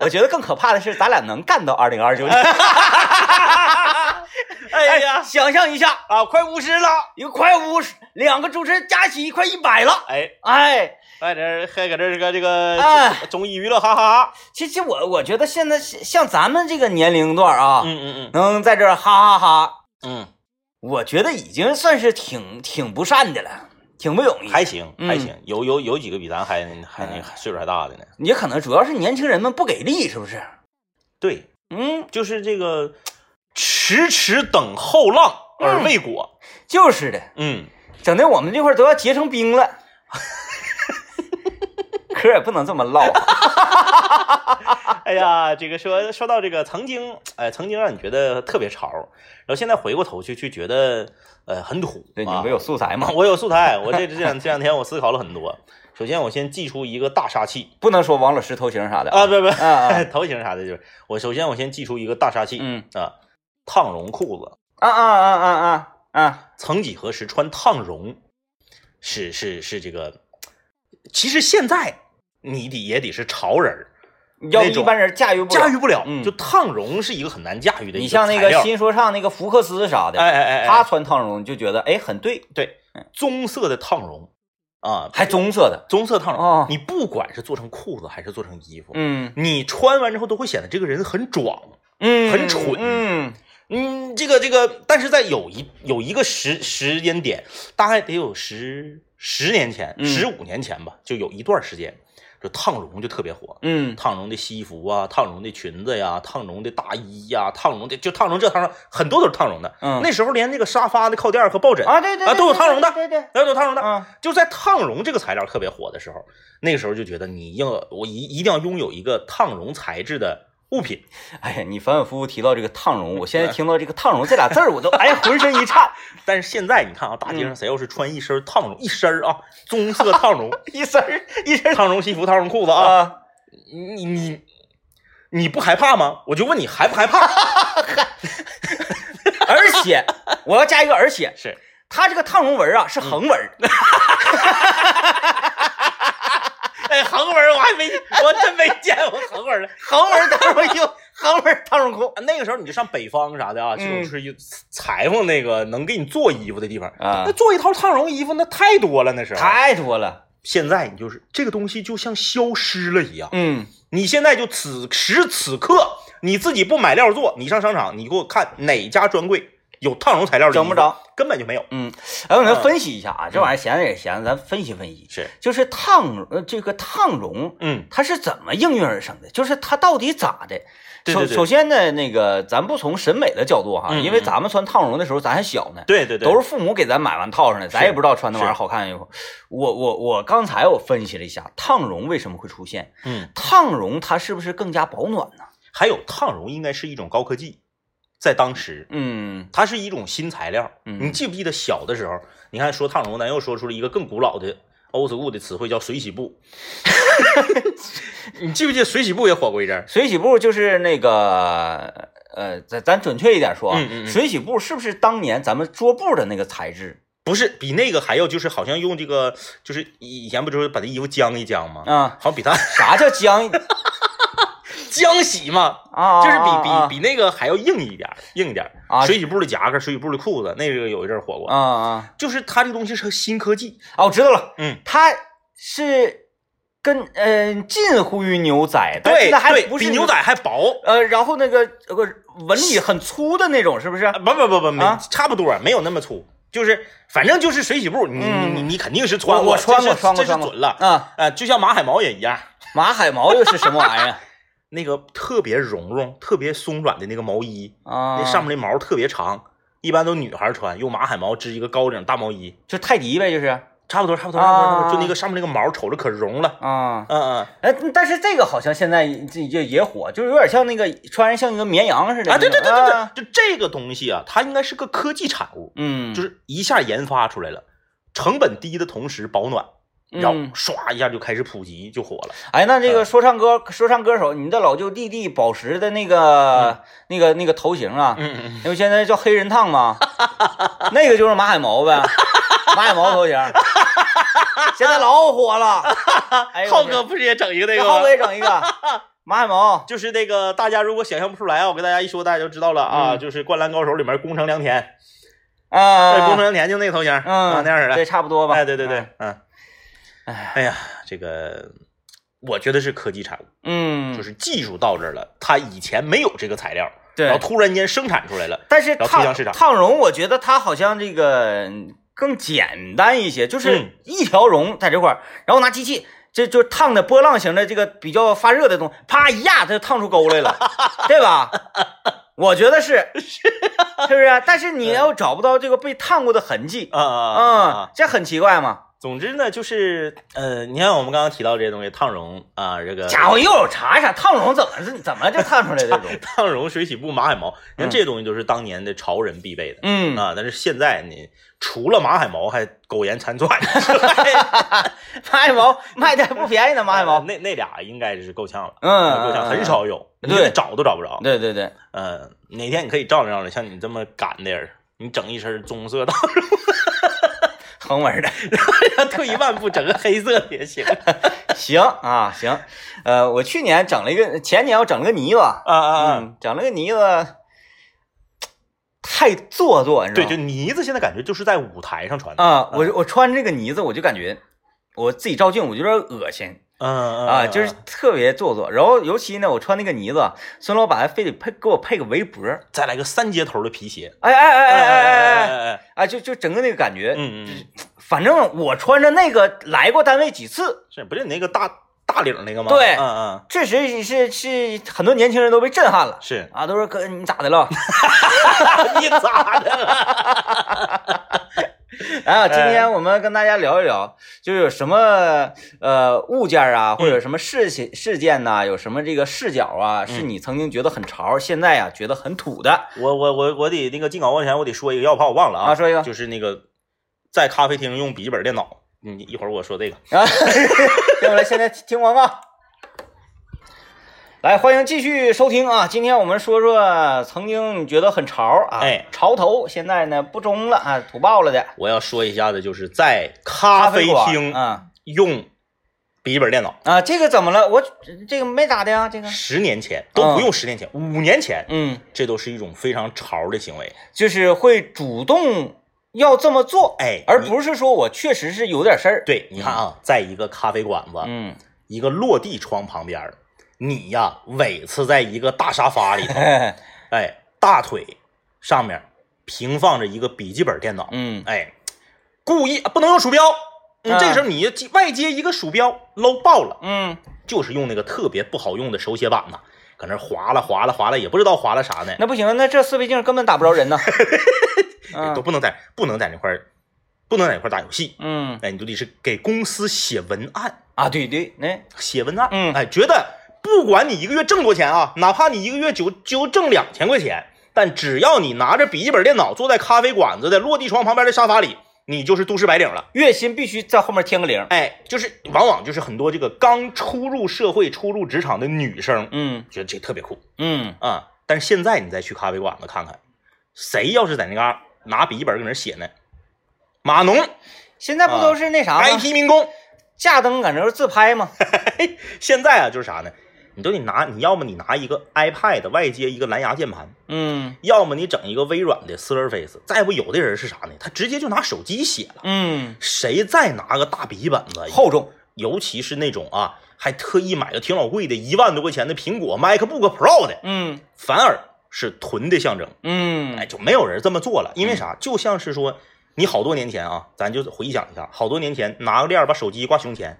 Speaker 1: 我觉得更可怕的是，咱俩能干到二零二九 年。
Speaker 2: 哎呀，
Speaker 1: 想象一下，
Speaker 2: 啊，快五十了，
Speaker 1: 一个快五十，两个主持人加起快一百了。
Speaker 2: 哎，
Speaker 1: 哎，
Speaker 2: 还在这儿还搁这儿这个这个
Speaker 1: 哎
Speaker 2: 综综艺娱乐，哈哈哈。
Speaker 1: 其实我我觉得现在像像咱们这个年龄段啊，
Speaker 2: 嗯嗯
Speaker 1: 能在这儿哈哈哈，
Speaker 2: 嗯
Speaker 1: 我觉得已经算是挺挺不善的了，挺不容易
Speaker 2: 嗯，。还行还
Speaker 1: 嗯
Speaker 2: 行，有有有几个比咱还还那个岁数还大的呢。
Speaker 1: 也可能主要是年轻人们不给力，是不是？
Speaker 2: 对，
Speaker 1: 嗯，
Speaker 2: 就是这个迟迟等后浪而未果。
Speaker 1: 就是的，
Speaker 2: 嗯，
Speaker 1: 整的我们这块儿都要结成冰了。 嗑也不能这么 唠啊，
Speaker 2: 哎呀，这个说说到这个曾经，哎，曾经让你觉得特别潮，然后现在回过头去去觉得呃很土。
Speaker 1: 对，你
Speaker 2: 啊
Speaker 1: 们有素材吗？
Speaker 2: 我有素材，我这这两这两天我思考了很多。首先，我先祭出一个大杀器
Speaker 1: 不能说王老师头型啥的
Speaker 2: 啊，不不，
Speaker 1: 啊啊
Speaker 2: 头型啥的，就是我首先我先祭出一个大杀器，
Speaker 1: 嗯
Speaker 2: 啊，烫绒裤子，
Speaker 1: 啊啊啊啊啊啊！
Speaker 2: 曾几何时穿烫绒，是是是这个，其实现在你得也得是潮人儿，
Speaker 1: 要
Speaker 2: 那
Speaker 1: 不
Speaker 2: 种
Speaker 1: 一般人驾驭不了
Speaker 2: 驾驭不了，
Speaker 1: 嗯
Speaker 2: 就烫绒是一个很难驾驭的
Speaker 1: 你
Speaker 2: 一
Speaker 1: 像
Speaker 2: 材
Speaker 1: 那
Speaker 2: 料
Speaker 1: 个新说唱那个福克斯啥的，
Speaker 2: 哎哎哎哎，
Speaker 1: 他穿烫绒就觉得哎很对，
Speaker 2: 对棕色的烫绒啊，
Speaker 1: 还棕色的，
Speaker 2: 棕色烫绒，
Speaker 1: 哦
Speaker 2: 你不管是做成裤子还是做成衣服，
Speaker 1: 嗯
Speaker 2: 你穿完之后都会显得这个人很壮。
Speaker 1: 嗯
Speaker 2: 很蠢
Speaker 1: 嗯
Speaker 2: 嗯，这个这个，但是在有一有一个时时间点，大概得有十十年前、
Speaker 1: 嗯
Speaker 2: 十五年前吧，就有一段时间，就烫绒就特别火，
Speaker 1: 嗯
Speaker 2: 烫绒的西服啊，烫绒的裙子呀，烫绒的大衣呀，烫绒的就烫绒这烫绒很多都是烫绒的。
Speaker 1: 嗯
Speaker 2: 那时候连那个沙发的靠垫儿和抱枕
Speaker 1: 啊，对对
Speaker 2: 啊都有烫绒的
Speaker 1: 对对对，
Speaker 2: 那都是烫绒的。
Speaker 1: 啊，
Speaker 2: 就在烫绒这个材料特别火的时候，那个时候就觉得你要我一一定要拥有一个烫绒材质的物品。
Speaker 1: 哎呀，你反反复复提到这个烫绒，我现在听到这个烫绒这俩字儿，我都哎呀浑身一 颤，
Speaker 2: 但是现在你看啊，大街上谁要是穿一身烫绒，一身儿啊棕色烫绒，
Speaker 1: 一身儿一身儿
Speaker 2: 烫绒西服、烫绒裤子啊，
Speaker 1: 啊，
Speaker 2: 你你你不害怕吗？我就问你害不害怕？
Speaker 1: 而且我要加一个而 且，
Speaker 2: 是
Speaker 1: 它这个烫绒纹儿啊是横纹儿，
Speaker 2: 哎，横纹儿我还没，我真没见过横纹 儿的。
Speaker 1: 横纹儿烫绒衣服，横纹儿烫绒裤
Speaker 2: 啊那个时候你就上北方啥的啊，这种
Speaker 1: 嗯
Speaker 2: 就是一裁缝那个能给你做衣服的地方，
Speaker 1: 啊
Speaker 2: 那，做一套烫绒衣服那太多了，那是。
Speaker 1: 太多了，
Speaker 2: 现在你就是这个东西就像消失了一样，
Speaker 1: 嗯
Speaker 2: 你现在就此时此刻你自己不买料做，你上商场你给我看哪家专柜有烫绒材料的衣服，
Speaker 1: 整不着，
Speaker 2: 根本就没有。
Speaker 1: 嗯，哎，我给咱分析一下啊，这玩意儿闲着也闲着，咱分析分析，
Speaker 2: 是，
Speaker 1: 就是烫呃这个烫绒。
Speaker 2: 嗯，
Speaker 1: 它是怎么应运而生的？就是它到底咋的？
Speaker 2: 对对对
Speaker 1: 首首先呢，那个咱不从审美的角度哈，
Speaker 2: 嗯嗯
Speaker 1: 因为咱们穿烫绒的时候咱还小呢，
Speaker 2: 对对对，
Speaker 1: 都是父母给咱买完套上的，咱
Speaker 2: 是
Speaker 1: 也不知道穿那玩意儿
Speaker 2: 是
Speaker 1: 好看衣服。我我我刚才我分析了一下，烫绒为什么会出现？
Speaker 2: 嗯，
Speaker 1: 烫绒它是不是更加保暖呢？
Speaker 2: 还有烫绒应该是一种高科技，在当时。
Speaker 1: 嗯
Speaker 2: 它是一种新材料，
Speaker 1: 嗯
Speaker 2: 你记不记得小的时候？你看说烫绒，咱又说出了一个更古老的 old school 的词汇，叫水洗布。 你记不记得水洗布也火过一阵儿？
Speaker 1: 水洗布就是那个呃，咱咱准确一点说啊，
Speaker 2: 嗯嗯嗯
Speaker 1: 水洗布是不是当年咱们桌布的那个材质
Speaker 2: 不是，比那个还要就是好像用这个，就是以以前不就是把这衣服浆一浆吗？
Speaker 1: 啊？
Speaker 2: 好像比它
Speaker 1: 啥叫 浆
Speaker 2: 浆洗嘛，
Speaker 1: 啊？
Speaker 2: 就是比
Speaker 1: 啊
Speaker 2: 比比那个还要硬一点儿，硬一点儿。
Speaker 1: 啊
Speaker 2: 水洗布的夹克、水洗布的裤子，那个有一阵儿火过。
Speaker 1: 啊啊
Speaker 2: 就是它这东西是新科技，
Speaker 1: 啊！我知道了，
Speaker 2: 嗯，
Speaker 1: 它是跟嗯、近乎于牛仔，但是
Speaker 2: 对
Speaker 1: 它哎还
Speaker 2: 对，
Speaker 1: 不是
Speaker 2: 比牛仔还薄。
Speaker 1: 呃，然后那个呃不是纹理很粗的那种，是不是
Speaker 2: 啊？不不不不，没、
Speaker 1: 啊
Speaker 2: 差不多，没有那么粗，就是反正就是水洗布，你、
Speaker 1: 嗯
Speaker 2: 你你肯定是穿
Speaker 1: 我我穿过
Speaker 2: 过，这是
Speaker 1: 穿过
Speaker 2: 这
Speaker 1: 穿
Speaker 2: 是
Speaker 1: 过
Speaker 2: 准了。
Speaker 1: 啊，
Speaker 2: 呃，就像马海毛也一样，
Speaker 1: 马海毛又是什么玩意儿
Speaker 2: 那个特别绒绒、特别松软的那个毛衣，
Speaker 1: 啊？
Speaker 2: 那上面的毛特别长，一般都女孩穿，用马海毛织一个高领大毛衣，
Speaker 1: 就泰迪呗，就是
Speaker 2: 差不多差不多差不多，差不
Speaker 1: 啊
Speaker 2: 多就那个上面那个毛瞅着可绒了。
Speaker 1: 啊。
Speaker 2: 嗯嗯
Speaker 1: 哎，但是这个好像现在这也也火，就是有点像那个穿上像一个绵羊似的
Speaker 2: 啊，对对对对
Speaker 1: 啊
Speaker 2: 对，就这个东西啊，它应该是个科技产物，
Speaker 1: 嗯，
Speaker 2: 就是一下研发出来了，成本低的同时保暖，然后
Speaker 1: 嗯
Speaker 2: 唰一下就开始普及就火了。
Speaker 1: 哎，那这
Speaker 2: 呃
Speaker 1: 个说唱歌说唱歌手，你的老舅弟弟宝石的那个那个那个头型啊，
Speaker 2: 嗯嗯，
Speaker 1: 因为现在叫黑人烫 嘛，那个就是马海毛呗，马海毛头型，现在老火 了。哎呦
Speaker 2: 浩
Speaker 1: 我
Speaker 2: 哥
Speaker 1: 天，
Speaker 2: 不是也整一个那
Speaker 1: 这
Speaker 2: 个
Speaker 1: 浩
Speaker 2: 吗
Speaker 1: 哥？也整一 个马海毛，
Speaker 2: 就是那个大家如果想象不出来啊，我跟大家一说，大家就知道了啊，
Speaker 1: 嗯
Speaker 2: 就是《灌篮高手》里面宫城良田，对，宫城
Speaker 1: 啊，
Speaker 2: 良田就那个头型，啊
Speaker 1: 嗯，
Speaker 2: 那样式
Speaker 1: 对，
Speaker 2: 的，
Speaker 1: 差不多吧。
Speaker 2: 哎，对对
Speaker 1: 啊，
Speaker 2: 对，嗯，
Speaker 1: 哎
Speaker 2: 哎呀，这个我觉得是科技产物，
Speaker 1: 嗯，
Speaker 2: 就是技术到这儿了，它以前没有这个材料，然后
Speaker 1: 对。
Speaker 2: 突然间生产出来了，
Speaker 1: 但是
Speaker 2: 然后推
Speaker 1: 烫
Speaker 2: 向市场
Speaker 1: 烫绒，我觉得它好像这个嗯更简单一些，就是
Speaker 2: 嗯
Speaker 1: 一条绒在这块儿，然后拿机器。这就烫的波浪形的这个比较发热的东西，啪一压，它就烫出沟来 了，对吧？我觉得是，是不是？但是你要找不到这个被烫过的痕迹，
Speaker 2: 啊啊啊啊啊
Speaker 1: 嗯，！这很奇怪嘛。
Speaker 2: 总之呢，就是呃，你看我们刚刚提到这些东西，烫绒啊，这个？
Speaker 1: 家伙，一会儿我查一查烫绒怎么是怎么就烫出来这种
Speaker 2: 烫绒、水洗布、马海毛，
Speaker 1: 嗯
Speaker 2: 你看这些东西都是当年的潮人必备的。
Speaker 1: 嗯，
Speaker 2: 啊，但是现在你除了马海毛还苟延 残喘之外，
Speaker 1: 马海毛卖的还不便宜呢，马海毛。
Speaker 2: 那那俩应该是够呛了，啊
Speaker 1: 嗯，
Speaker 2: 够呛，很。少有，你
Speaker 1: 对
Speaker 2: 找都找不着。
Speaker 1: 对对对，
Speaker 2: 呃，哪天你可以照着照着，像你这么赶的人，你整一身棕色的，
Speaker 1: 横纹的。
Speaker 2: 退一万步整个黑色的 也行。
Speaker 1: 嗯行啊，行，呃，我去年整了一个，前年我整了个泥巴，
Speaker 2: 啊啊啊！
Speaker 1: 嗯，整了个泥巴，太做作，你知
Speaker 2: 对，
Speaker 1: 道
Speaker 2: 就嗯
Speaker 1: 吗？
Speaker 2: 呢子现在感觉就是在舞台上穿的，
Speaker 1: 啊，我我穿这个呢子，我就感觉我自己照镜，我就有点恶心，
Speaker 2: 嗯
Speaker 1: 啊，就是特别做作。然后尤其呢，我穿那个呢子，孙老板还非得配给我配个围脖，
Speaker 2: 再来个三接头的皮鞋，
Speaker 1: 哎哎哎
Speaker 2: 嗯
Speaker 1: 哎哎哎哎，
Speaker 2: 哎，
Speaker 1: 啊，就就整个那个感觉，
Speaker 2: 嗯嗯，
Speaker 1: 反正我穿着那个来过单位几次，
Speaker 2: 是不是你那个大大领那个吗？
Speaker 1: 对
Speaker 2: 嗯嗯，
Speaker 1: 确实是是很多年轻人都被震撼了。
Speaker 2: 是哎
Speaker 1: 啊，都说哥你咋的了？
Speaker 2: 你咋的了？哎
Speaker 1: 啊，今天我们跟大家聊一聊，就有什么呃物件啊，或者什么事情事件呐、有什么这个视角
Speaker 2: 嗯
Speaker 1: 啊，是你曾经觉得很潮，现在啊觉得很土 的
Speaker 2: 我我我我得那个进广告前我得说一个，要不然我忘了啊。
Speaker 1: 啊？说一个
Speaker 2: 就是那个在咖啡厅用笔记本电脑，嗯你一会儿我说这个。
Speaker 1: 啊，接下来现在听广告。来，欢迎继续收听啊！今天我们说说曾经你觉得很潮啊，
Speaker 2: 哎
Speaker 1: 潮头，现在呢不中了啊，土爆了的
Speaker 2: 我要说一下的就是在咖啡
Speaker 1: 馆
Speaker 2: 厅
Speaker 1: 啊
Speaker 2: 用笔记本电脑，
Speaker 1: 啊，这个怎么了？我这个没咋的啊呀，这个
Speaker 2: 十年前都不用十年前，五年前，
Speaker 1: 嗯，
Speaker 2: 这都是一种非常潮的行为。
Speaker 1: 就是会主动要这么做，
Speaker 2: 哎
Speaker 1: 而
Speaker 2: 你
Speaker 1: 不是说我确实是有点事儿。，
Speaker 2: 对，你看啊，在一个咖啡馆子，
Speaker 1: 嗯，
Speaker 2: 一个落地窗旁边儿，你呀尾次在一个大沙发 里头，哎，大腿上面平放着一个笔记本电脑，
Speaker 1: 嗯，
Speaker 2: 哎，故意啊不能用鼠标，你
Speaker 1: 嗯
Speaker 2: 这时候你接外接一个鼠标搂爆了，
Speaker 1: 嗯，
Speaker 2: 就是用那个特别不好用的手写板呐，搁那儿划拉划拉划拉，也不知道划拉啥呢，
Speaker 1: 那不行，那这四倍镜根本打不着人 呐。
Speaker 2: 哎
Speaker 1: 嗯
Speaker 2: 都不能在不能在那块儿不能在那块儿打游戏，
Speaker 1: 嗯
Speaker 2: 哎，你就得是给公司写文案，
Speaker 1: 啊，对对，那、
Speaker 2: 写文案，
Speaker 1: 嗯
Speaker 2: 哎，觉得不管你一个月挣多钱啊，哪怕你一个月就就挣两千块钱，但只要你拿着笔记本电脑坐在咖啡馆子的落地窗旁边的沙发里，你就是都市白领了。
Speaker 1: 月薪必须在后面添个零。
Speaker 2: 哎，就是往往就是很多这个刚初入社会、初入职场的女生，
Speaker 1: 嗯
Speaker 2: 觉得这特别酷
Speaker 1: 嗯，
Speaker 2: 啊、但是现在你再去咖啡馆子看看，谁要是在那嘎拿笔记本搁那写呢？码农、
Speaker 1: 现在不都是那啥吗？
Speaker 2: IT 民工，
Speaker 1: 架灯搁那儿自拍吗？
Speaker 2: 现在啊就是啥呢？你都得拿，你要么你拿一个 iPad 外接一个蓝牙键盘，
Speaker 1: 嗯
Speaker 2: 要么你整一个微软的 Surface，再不有的人是啥呢？他直接就拿手机写了，
Speaker 1: 嗯，
Speaker 2: 谁再拿个大笔记本子，
Speaker 1: 厚重。
Speaker 2: 尤其是那种啊，还特意买个挺老贵的，一万多块钱的苹果 MacBook Pro 的，
Speaker 1: 嗯
Speaker 2: 反而是囤的象征。哎，
Speaker 1: 嗯，
Speaker 2: 就没有人这么做了，因为啥？就像是说，你好多年前啊，咱就回想一下，好多年前拿个链儿把手机挂胸前，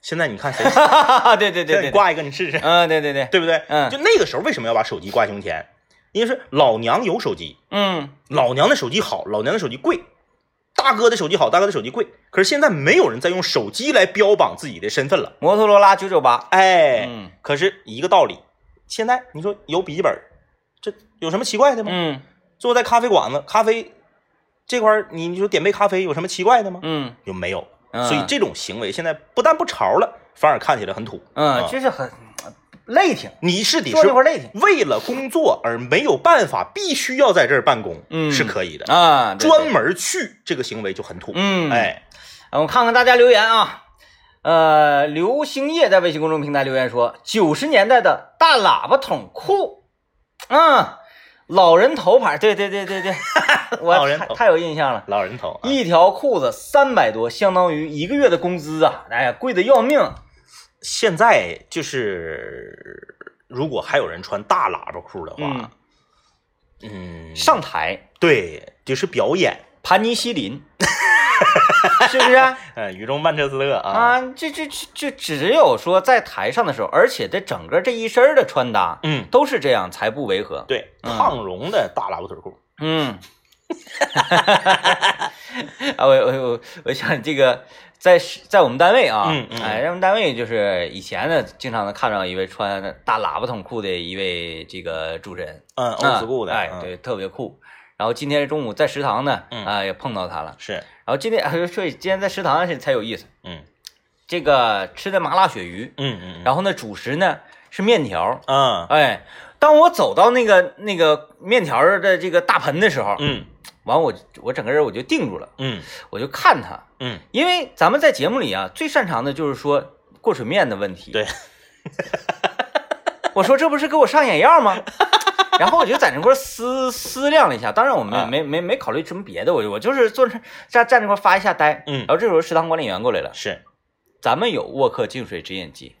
Speaker 2: 现在你看谁
Speaker 1: 哈哈哈， 啊对对
Speaker 2: 现
Speaker 1: 对
Speaker 2: 在你
Speaker 1: 对对，
Speaker 2: 挂一个你试试，
Speaker 1: 嗯对对对，
Speaker 2: 对不对？
Speaker 1: 嗯
Speaker 2: 就那个时候为什么要把手机挂胸前？因为是老娘有手机，
Speaker 1: 嗯
Speaker 2: 老娘的手机好，老娘的手机贵，大哥的手机好，大哥的手机贵。可是现在没有人再用手机来标榜自己的身份了。
Speaker 1: 摩托罗拉九九八。
Speaker 2: 哎，
Speaker 1: 嗯
Speaker 2: 可是一个道理，现在你说有笔记本，这有什么奇怪的吗？
Speaker 1: 嗯
Speaker 2: 坐在咖啡馆子，咖啡这块儿，你你说点杯咖啡有什么奇怪的吗？
Speaker 1: 嗯
Speaker 2: 就没有。
Speaker 1: 嗯
Speaker 2: 所以这种行为现在不但不潮了，反而看起来很土。
Speaker 1: 嗯
Speaker 2: 啊，
Speaker 1: 就是很累挺，
Speaker 2: 你是得
Speaker 1: 坐那
Speaker 2: 是
Speaker 1: 块儿累挺
Speaker 2: 为了工作而没有办法，必须要在这儿办公，
Speaker 1: 嗯
Speaker 2: 是可以的。
Speaker 1: 啊，对对
Speaker 2: 专门去这个行为就很土。
Speaker 1: 嗯，
Speaker 2: 哎，
Speaker 1: 啊，我看看大家留言啊。呃，刘兴业在微信公众平台留言说，九十年代的大喇叭筒裤，啊，老人头牌，对对对 对对，我
Speaker 2: 老人
Speaker 1: 太
Speaker 2: 头
Speaker 1: 太有印象了。
Speaker 2: 老人头、啊，
Speaker 1: 一条裤子三百多，相当于一个月的工资啊！哎呀，贵的要命。
Speaker 2: 现在就是如果还有人穿大喇叭裤的
Speaker 1: 嗯
Speaker 2: 话，，嗯，
Speaker 1: 上台，
Speaker 2: 对，就是表演，
Speaker 1: 盘尼西林， 是不是啊？
Speaker 2: 呃，雨中曼彻斯特 啊，
Speaker 1: 啊，这这这就只有说在台上的时候，而且这整个这一身儿的穿搭
Speaker 2: 嗯，
Speaker 1: 都是这样，才不违和。
Speaker 2: 对，
Speaker 1: 嗯
Speaker 2: 烫绒的大喇叭腿裤，
Speaker 1: 嗯， 啊，我我我我想这个在是在我们单位啊，
Speaker 2: 嗯嗯
Speaker 1: 哎，在我们单位就是以前呢，经常能看到一位穿大喇叭筒裤的一位这个主持人
Speaker 2: 嗯，old school 的，
Speaker 1: 哎，
Speaker 2: 嗯，
Speaker 1: 对，特别酷。然后今天中午在食堂呢，
Speaker 2: 嗯
Speaker 1: 啊，也碰到他了。
Speaker 2: 是，
Speaker 1: 然后今天， 哎，所以今天在食堂才有意思，
Speaker 2: 嗯
Speaker 1: 这个吃的麻辣鳕鱼，
Speaker 2: 嗯嗯，
Speaker 1: 然后呢，主食呢是面条，
Speaker 2: 嗯
Speaker 1: 哎。当我走到那个那个面条儿的这个大盆的时候，
Speaker 2: 嗯
Speaker 1: 完我我整个人我就定住了，
Speaker 2: 嗯
Speaker 1: 我就看他，
Speaker 2: 嗯，
Speaker 1: 因为咱们在节目里啊，最擅长的就是说过水面的问题。
Speaker 2: 对，
Speaker 1: 我说这不是给我上眼药吗？然后我就在那块儿思思量了一下，当然我没、
Speaker 2: 啊
Speaker 1: 没没没考虑什么别的，我就我就是坐那站站那块儿发一下呆。
Speaker 2: 嗯
Speaker 1: 然后这时候食堂管理员过来了，
Speaker 2: 是，
Speaker 1: 咱们有沃克净水直饮机。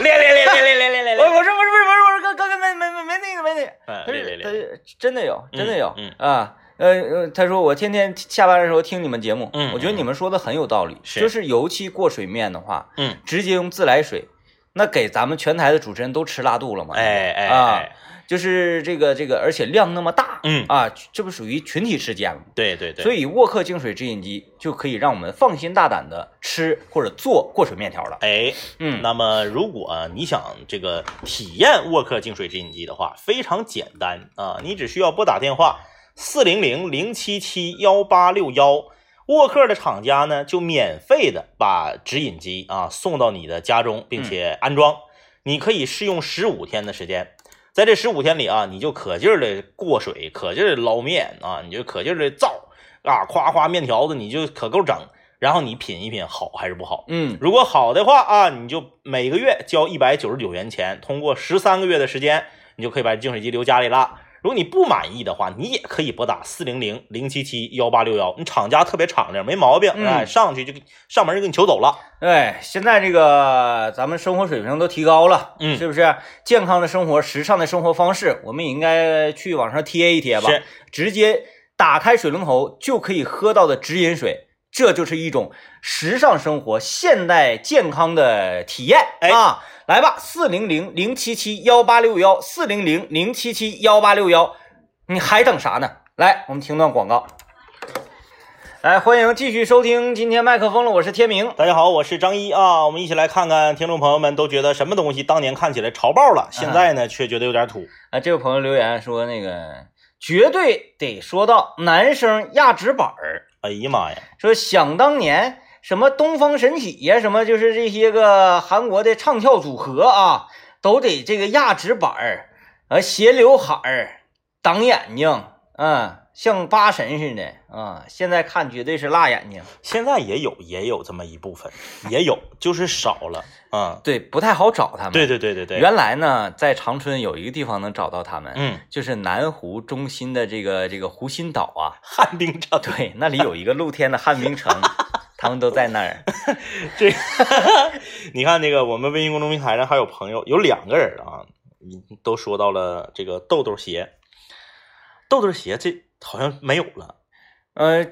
Speaker 2: 练练练练练练练
Speaker 1: 我
Speaker 2: 练
Speaker 1: 我说我说不是不是我说哥哥哥没没没没那个没那个，
Speaker 2: 嗯
Speaker 1: 他
Speaker 2: 练
Speaker 1: 是
Speaker 2: 练
Speaker 1: 他
Speaker 2: 练，
Speaker 1: 是真的有真的有
Speaker 2: 嗯
Speaker 1: 啊。呃呃，他说我天天下班的时候听你们节目，
Speaker 2: 嗯
Speaker 1: 我觉得你们说的很有道理，
Speaker 2: 是
Speaker 1: 就是尤其过水面的话，
Speaker 2: 嗯，
Speaker 1: 直接用自来水，那给咱们全台的主持人都吃拉肚了嘛。
Speaker 2: 哎哎
Speaker 1: 啊
Speaker 2: 哎，
Speaker 1: 就是这个这个，而且量那么大，
Speaker 2: 嗯，
Speaker 1: 啊，这不属于群体事件吗？
Speaker 2: 对对对，
Speaker 1: 所
Speaker 2: 以
Speaker 1: 以沃克净水直饮机就可以让我们放心大胆的吃或者做过水面条了。
Speaker 2: 哎，
Speaker 1: 嗯，
Speaker 2: 那么如果啊你想这个体验沃克净水直饮机的话，非常简单啊，你只需要拨打电话四零零零七七幺八六幺。沃克的厂家呢，就免费的把直饮机啊送到你的家中，并且安装。你可以试用十五天的时间，在这十五天里啊，你就可劲儿的过水，可劲儿的捞面啊，你就可劲儿的造啊，夸夸面条子你就可够整，然后你品一品好还是不好。
Speaker 1: 嗯
Speaker 2: 如果好的话啊，你就每个月交一百九十九元钱，通过十三个月的时间，你就可以把净水机留家里了。如果你不满意的话，你也可以拨打四零零零七七幺八六幺，你厂家特别敞亮，没毛病，
Speaker 1: 嗯
Speaker 2: 哎，上去就给上门就给你求走了。
Speaker 1: 哎，现在这个咱们生活水平都提高了，
Speaker 2: 嗯
Speaker 1: 是不是？健康的生活，时尚的生活方式，我们也应该去往上贴一贴吧。
Speaker 2: 是，
Speaker 1: 直接打开水龙头就可以喝到的直饮水，这就是一种时尚生活、现代健康的体验、
Speaker 2: 哎
Speaker 1: 啊！来吧，四零零零七七幺八六幺，四零零零七七幺八六幺，你还等啥呢？来，我们听段广告。来，欢迎继续收听今天麦克风了，我是天明。
Speaker 2: 大家好，我是张一啊，我们一起来看看听众朋友们都觉得什么东西当年看起来潮爆
Speaker 1: 嗯
Speaker 2: 了，现在呢却觉得有点土。
Speaker 1: 啊，这位朋友留言说，那个绝对得说到男生压直板儿。
Speaker 2: 哎呀妈呀，
Speaker 1: 说想当年什么东方神起呀，什么就是这些个韩国的唱跳组合啊，都得这个压直板儿，呃，斜刘海儿，挡眼睛，嗯，像八神似的啊。现在看绝对是辣眼睛，
Speaker 2: 现在也有也有这么一部分，也有就是少了啊。
Speaker 1: 对，不太好找他们。
Speaker 2: 对对对对对，
Speaker 1: 嗯原来呢，在长春有一个地方能找到他们，
Speaker 2: 嗯，
Speaker 1: 就是南湖中心的这个这个湖心岛啊，
Speaker 2: 旱冰场
Speaker 1: 对，那里有一个露天的旱冰 城，他们都在那儿。
Speaker 2: 这， 你看那个我们微信公众平台上还有朋友，有两个人啊，你都说到了这个豆豆鞋，豆豆鞋这好像没有了，
Speaker 1: 呃，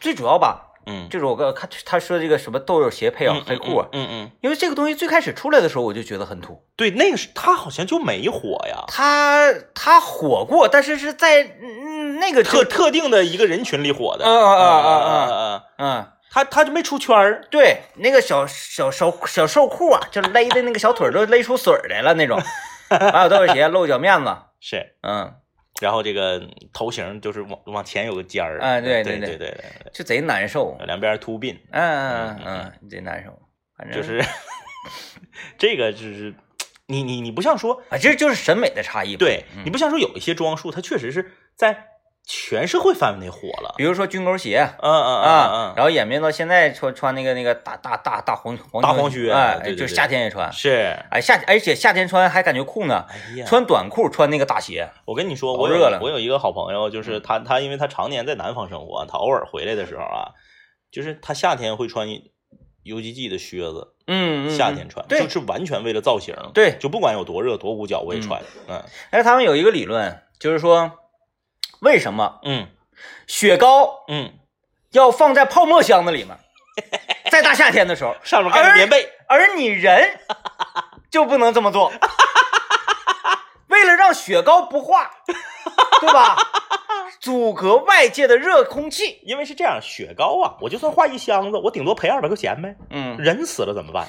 Speaker 1: 最主要吧，
Speaker 2: 嗯，
Speaker 1: 就是我刚看他说这个什么豆豆鞋配袄
Speaker 2: 嗯
Speaker 1: 黑裤啊，
Speaker 2: 嗯嗯嗯，
Speaker 1: 因为这个东西最开始出来的时候我就觉得很土，
Speaker 2: 对，那个是他好像就没火呀，
Speaker 1: 它它火过，但是是在嗯那个
Speaker 2: 特
Speaker 1: 就
Speaker 2: 特定的一个人群里火的，
Speaker 1: 嗯嗯嗯嗯嗯
Speaker 2: 嗯嗯，
Speaker 1: 嗯，
Speaker 2: 他他就没出圈儿，
Speaker 1: 对，那个小小小小瘦裤啊，就勒的那个小腿儿都勒出水儿来了那 种，还有豆豆鞋露脚面子，
Speaker 2: 是，
Speaker 1: 嗯，
Speaker 2: 然后这个头型就是往往前有个尖儿，
Speaker 1: 啊对
Speaker 2: 对
Speaker 1: 对
Speaker 2: 对对，
Speaker 1: 就贼难受
Speaker 2: 对，两边凸鬓，
Speaker 1: 嗯嗯嗯，你贼难受，反正
Speaker 2: 就是
Speaker 1: 嗯
Speaker 2: 这个就是。你你你不像说
Speaker 1: 啊，这就是审美的差异嘛，
Speaker 2: 对，
Speaker 1: 嗯
Speaker 2: 你不像说有一些装束，它确实是在全社会范围内火了。
Speaker 1: 比如说军钩鞋。
Speaker 2: 嗯嗯
Speaker 1: 啊
Speaker 2: 嗯，嗯
Speaker 1: 然后演变到现在穿穿那个那个大大大大黄黄
Speaker 2: 大黄靴
Speaker 1: 哎，
Speaker 2: 对对
Speaker 1: 就
Speaker 2: 对
Speaker 1: 夏天也穿
Speaker 2: 嗯，，是。
Speaker 1: 哎，夏而且夏天穿还感觉酷呢，
Speaker 2: 哎呀，
Speaker 1: 穿短裤穿那个大鞋，
Speaker 2: 我跟你说，
Speaker 1: 老
Speaker 2: 我有
Speaker 1: 热了嗯
Speaker 2: 我有一个好朋友，就是他，他因为他常年在南方生活，他偶尔回来的时候啊，就是他夏天会穿 UGG 的靴子，
Speaker 1: 嗯，嗯
Speaker 2: 夏天穿，
Speaker 1: 对
Speaker 2: 就是完全为了造型，
Speaker 1: 对
Speaker 2: 就不管有多热多捂脚我也穿，嗯
Speaker 1: 但是他们有一个理论，就是说为什么
Speaker 2: 嗯
Speaker 1: 雪糕
Speaker 2: 嗯，
Speaker 1: 要放在泡沫箱子里面， 在大夏天的时候，
Speaker 2: 上面盖个棉被，
Speaker 1: 而你 人就不能这么 做，为了让雪糕不 化，对吧？阻隔外界的热空气，
Speaker 2: 因为是这样，雪糕啊，我就算画一箱子，我顶多赔二百块钱呗，
Speaker 1: 嗯，
Speaker 2: 人死了怎么办？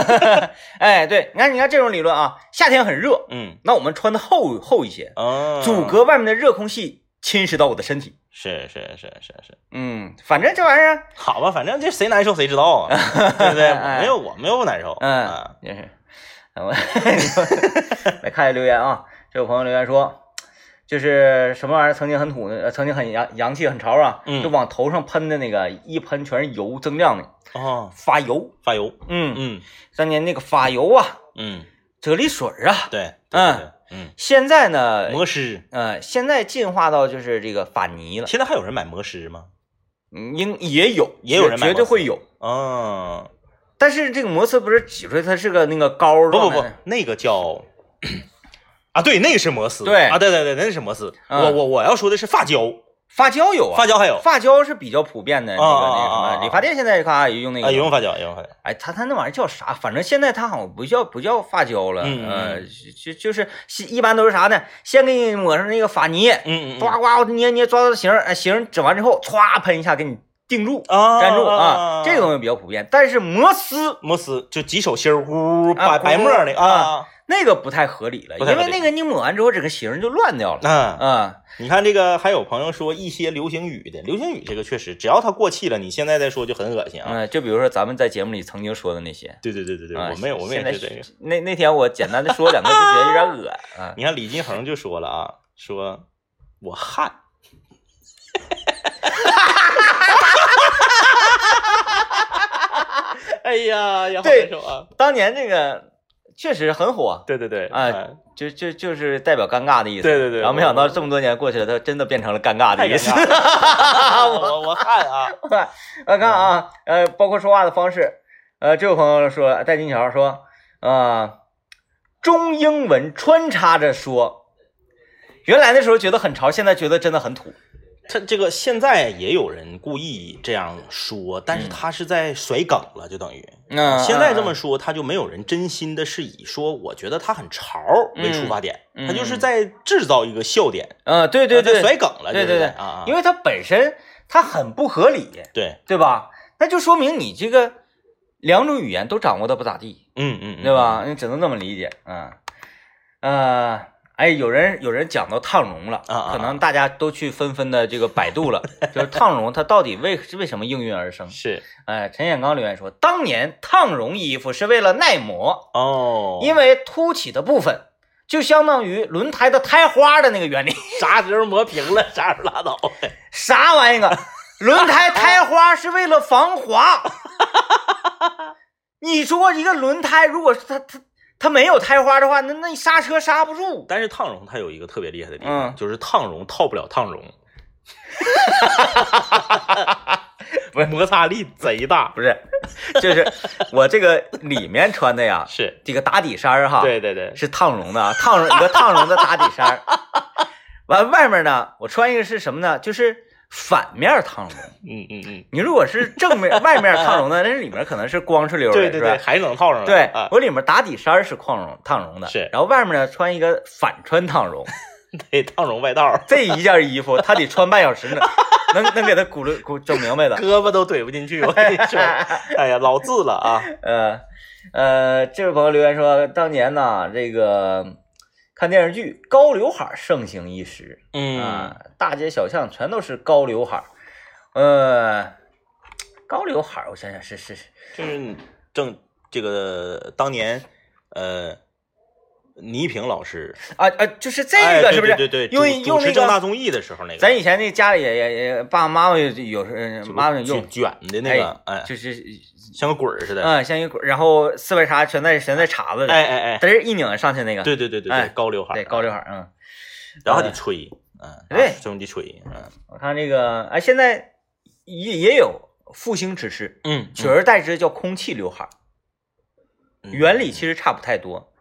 Speaker 1: 哎，对，你看，你看这种理论啊，夏天很热，
Speaker 2: 嗯
Speaker 1: 那我们穿的厚厚一些，
Speaker 2: 嗯，
Speaker 1: 阻隔外面的热空气侵蚀到我的身体。
Speaker 2: 是是是是是，
Speaker 1: 嗯，反正这玩意儿，
Speaker 2: 好吧，反正这谁难受谁知道啊，对不对？
Speaker 1: 哎
Speaker 2: 没有我没有不难受，
Speaker 1: 嗯
Speaker 2: 啊，
Speaker 1: 也是。我 来看一下留言啊，这位朋友留言说，就是什么玩意儿曾经很土的，呃曾经很洋洋气很潮啊，
Speaker 2: 嗯
Speaker 1: 就往头上喷的那个，一喷全是油，增量的
Speaker 2: 哦，
Speaker 1: 发油。
Speaker 2: 发油，
Speaker 1: 嗯，
Speaker 2: 嗯
Speaker 1: 当年那个发油啊，
Speaker 2: 嗯，
Speaker 1: 啫喱水儿啊，
Speaker 2: 对，对
Speaker 1: 嗯，
Speaker 2: 对对
Speaker 1: 现在呢
Speaker 2: 嗯，，摩丝，
Speaker 1: 呃，现在进化到就是这个法泥了。
Speaker 2: 现在还有人买摩丝吗？
Speaker 1: 嗯应也有，
Speaker 2: 也有人买
Speaker 1: 绝绝对会有。
Speaker 2: 嗯，
Speaker 1: 但是这个摩斯不是挤出来，它是个那个膏儿
Speaker 2: 不不
Speaker 1: 状的
Speaker 2: 不，那个叫啊，对，那个是摩丝，
Speaker 1: 对
Speaker 2: 啊，对对对，那是摩丝。
Speaker 1: 嗯
Speaker 2: 我我我要说的是发胶，
Speaker 1: 发胶有啊，
Speaker 2: 发胶还有
Speaker 1: 发胶是比较普遍的那个
Speaker 2: 啊啊
Speaker 1: 那个
Speaker 2: 啊啊
Speaker 1: 什
Speaker 2: 啊
Speaker 1: 么，理发店现在看啊也用那个
Speaker 2: 啊，也用发胶，也用发胶。
Speaker 1: 哎，它它那玩意儿叫啥？反正现在它好像不叫不叫发胶了，
Speaker 2: 嗯嗯
Speaker 1: 呃，就就是一般都是啥呢？先给你抹上那个发泥，
Speaker 2: 嗯嗯嗯
Speaker 1: 呱呱捏捏抓到形儿，哎形儿整完之后，歘喷一下给你定住、
Speaker 2: 啊，
Speaker 1: 粘住
Speaker 2: 啊
Speaker 1: 啊，，这个东西比较普遍。但是摩丝
Speaker 2: 摩丝就几手芯儿，呜，
Speaker 1: 啊
Speaker 2: 白白沫儿那个啊
Speaker 1: 啊那个不太合理了，
Speaker 2: 不太
Speaker 1: 因
Speaker 2: 合理
Speaker 1: 为那个你抹完之后整个形儿就乱掉了
Speaker 2: 啊。
Speaker 1: 啊。
Speaker 2: 你看这个，还有朋友说一些流行语的，流行语这个确实，只要它过气了，你现在再说就很恶心啊。
Speaker 1: 嗯，就比如说咱们在节目里曾经说的那些，
Speaker 2: 对对对对对，
Speaker 1: 啊
Speaker 2: 我们也我们
Speaker 1: 现
Speaker 2: 也
Speaker 1: 在
Speaker 2: 是这个。
Speaker 1: 那那天我简单的说两个就觉得有点 恶啊。
Speaker 2: 你看李金恒就说了啊，说我 汗，哎呀，也好
Speaker 1: 对
Speaker 2: 难受啊。
Speaker 1: 当年这个确实很火，
Speaker 2: 对对对，
Speaker 1: 啊
Speaker 2: 哎
Speaker 1: 就就就是代表尴尬的意思。
Speaker 2: 对对对
Speaker 1: 然后没想到这么多年过去了，它真的变成了尴尬的
Speaker 2: 太
Speaker 1: 意
Speaker 2: 尴
Speaker 1: 思。
Speaker 2: 尬了，我我汗啊，
Speaker 1: 呃，看啊，呃，包括说话的方式，呃，这位朋友说戴金桥说，呃，中英文穿插着说，原来那时候觉得很潮，现在觉得真的很土。
Speaker 2: 他这个现在也有人故意这样说，但是他是在甩梗了，就等于。
Speaker 1: 嗯
Speaker 2: 现在这么说，他就没有人真心的是以说我觉得他很潮为出发点，
Speaker 1: 嗯嗯
Speaker 2: 他就是在制造一个笑点，
Speaker 1: 嗯，对对
Speaker 2: 他在
Speaker 1: 对，
Speaker 2: 甩梗了，
Speaker 1: 对
Speaker 2: 对
Speaker 1: 对对
Speaker 2: 啊啊，
Speaker 1: 因
Speaker 2: 为
Speaker 1: 为它本身它很不合理，
Speaker 2: 对，
Speaker 1: 对吧？那就说明你这个两种语言都掌握的不咋地。
Speaker 2: 嗯嗯，嗯
Speaker 1: 对？吧？你只能这么理解，嗯，呃，哎，有人有人讲到烫绒了，
Speaker 2: 啊啊啊
Speaker 1: 可能大家都去纷纷的这个百度了，就是烫绒它到底为是为什么应运而生？
Speaker 2: 嗯是
Speaker 1: 哎、陈显刚留言说，当年烫绒衣服是为了耐磨，
Speaker 2: 哦，
Speaker 1: 因
Speaker 2: 为
Speaker 1: 为凸起的部分就相当于轮胎的胎花的那个原理，
Speaker 2: 啥时候磨平了，啥时候拉倒呗。
Speaker 1: 啥玩意 儿啊？轮胎胎花是为了防滑。 你说一个轮胎，如果是它它它没有胎花的话，那那你刹车刹不住。
Speaker 2: 但是烫绒它有一个特别厉害的地方，
Speaker 1: 嗯
Speaker 2: 就是烫绒套不了烫 绒，不是摩擦力贼大，
Speaker 1: 不是，就是我这个里面穿的 呀，
Speaker 2: 是。
Speaker 1: 这个打底衫儿哈，
Speaker 2: 对对对，
Speaker 1: 是烫绒的啊，烫绒一个烫绒的打底衫儿。完外面呢，我穿一个是什么呢？就是反面烫绒。
Speaker 2: 嗯嗯嗯，
Speaker 1: 你如果是正 面外面烫绒的，那里面可能是光是溜的，
Speaker 2: 对对
Speaker 1: 是吧
Speaker 2: 对，还能套上来。
Speaker 1: 对
Speaker 2: 啊，
Speaker 1: 我里面打底衫儿是矿绒烫绒的，
Speaker 2: 是
Speaker 1: 然后外面呢穿一个反穿烫绒，
Speaker 2: 得烫绒外套，
Speaker 1: 这一件衣服他得穿半小时呢，能能给他鼓噜鼓整明白的。
Speaker 2: 胳膊都怼不进去。我跟你 说，哎呀，老字了啊！
Speaker 1: 呃呃，这位朋友留言说，当年呢这个看电视剧高刘海儿盛行一时啊、
Speaker 2: 嗯，
Speaker 1: 大街小巷全都是高刘海儿，呃，高刘海儿我想想是是是，
Speaker 2: 就是正这个当年，呃，倪萍老师，
Speaker 1: 啊啊，就是这
Speaker 2: 哎
Speaker 1: 个
Speaker 2: 对
Speaker 1: 是不是？
Speaker 2: 对对，对
Speaker 1: 用
Speaker 2: 主主
Speaker 1: 用
Speaker 2: 持
Speaker 1: 那
Speaker 2: 正大
Speaker 1: 个。
Speaker 2: 综艺的时候那个，
Speaker 1: 咱以前那家里也也也爸爸妈妈有有时候妈妈
Speaker 2: 就
Speaker 1: 用
Speaker 2: 卷的那个， 哎，
Speaker 1: 就是，
Speaker 2: 像个滚儿似的。
Speaker 1: 嗯，像一股，然后四白茶全在全在碴子里，
Speaker 2: 哎哎哎，
Speaker 1: 嘚儿一拧上去那个，
Speaker 2: 对对对对
Speaker 1: 哎
Speaker 2: 对，高刘海儿，
Speaker 1: 对高刘海儿，嗯，
Speaker 2: 然后还得吹，嗯，
Speaker 1: 对
Speaker 2: 啊中间吹，嗯
Speaker 1: 我看这个，哎，现在也也有复兴之势，
Speaker 2: 嗯，
Speaker 1: 取而代之叫空气刘海儿，
Speaker 2: 嗯
Speaker 1: 原理其实差不太多。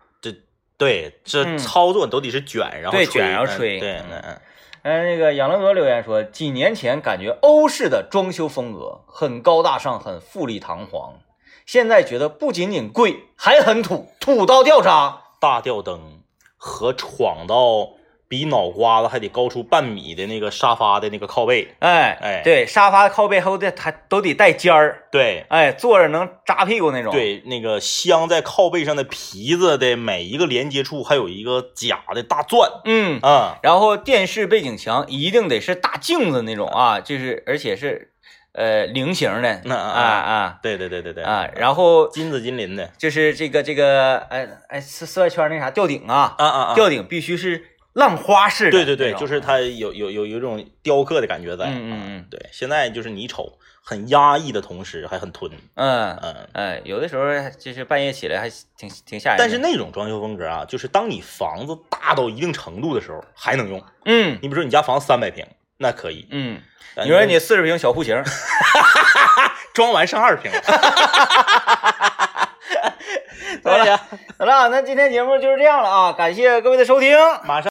Speaker 2: 对，这
Speaker 1: 嗯
Speaker 2: 操作你都得是卷，然后
Speaker 1: 对
Speaker 2: 吹
Speaker 1: 卷然后
Speaker 2: 嗯
Speaker 1: 吹
Speaker 2: 对，
Speaker 1: 嗯
Speaker 2: 嗯嗯，
Speaker 1: 嗯，那个养乐多留言说，几年前感觉欧式的装修风格很高大上，很富丽堂皇，现在觉得不仅仅贵，还很土，土到掉渣。
Speaker 2: 大吊灯和闯到比脑瓜子还得高出半米的那个沙发的那个靠背，
Speaker 1: 哎
Speaker 2: 哎
Speaker 1: 对，沙发靠背后的还都得带尖儿，
Speaker 2: 对
Speaker 1: 哎，坐着能扎屁股那种。，
Speaker 2: 对，那个镶在靠背上的皮子的每一个连接处还有一个假的大钻，
Speaker 1: 嗯，
Speaker 2: 啊、
Speaker 1: 然后电视背景墙一定得是大镜子那种啊，就是而且是呃菱形的，
Speaker 2: 那
Speaker 1: 啊啊
Speaker 2: 嗯对对对对对，
Speaker 1: 啊，然后
Speaker 2: 金子金鳞的，
Speaker 1: 就是这个这个哎哎四四外圈那啥吊顶啊，
Speaker 2: 啊啊啊，
Speaker 1: 吊顶必须是浪花式的那
Speaker 2: 对
Speaker 1: 种，
Speaker 2: 对对，就是它有有有有一种雕刻的感觉在，
Speaker 1: 嗯嗯
Speaker 2: 啊
Speaker 1: 嗯
Speaker 2: 对，现在就是你瞅很压抑的同时还很吞，
Speaker 1: 嗯
Speaker 2: 嗯。
Speaker 1: 哎，有的时候就是半夜起来还挺挺吓人的，
Speaker 2: 但是那种装修风格啊，就是当你房子大到一定程度的时候还能用。
Speaker 1: 嗯
Speaker 2: 你比如说你家房三百平，那可以。
Speaker 1: 嗯，
Speaker 2: 但
Speaker 1: 你说你四十瓶小 户型，
Speaker 2: 装完剩二 瓶了，
Speaker 1: 好了，好了，那今天节目就是这样了啊！感谢各位的收听。
Speaker 2: 马上。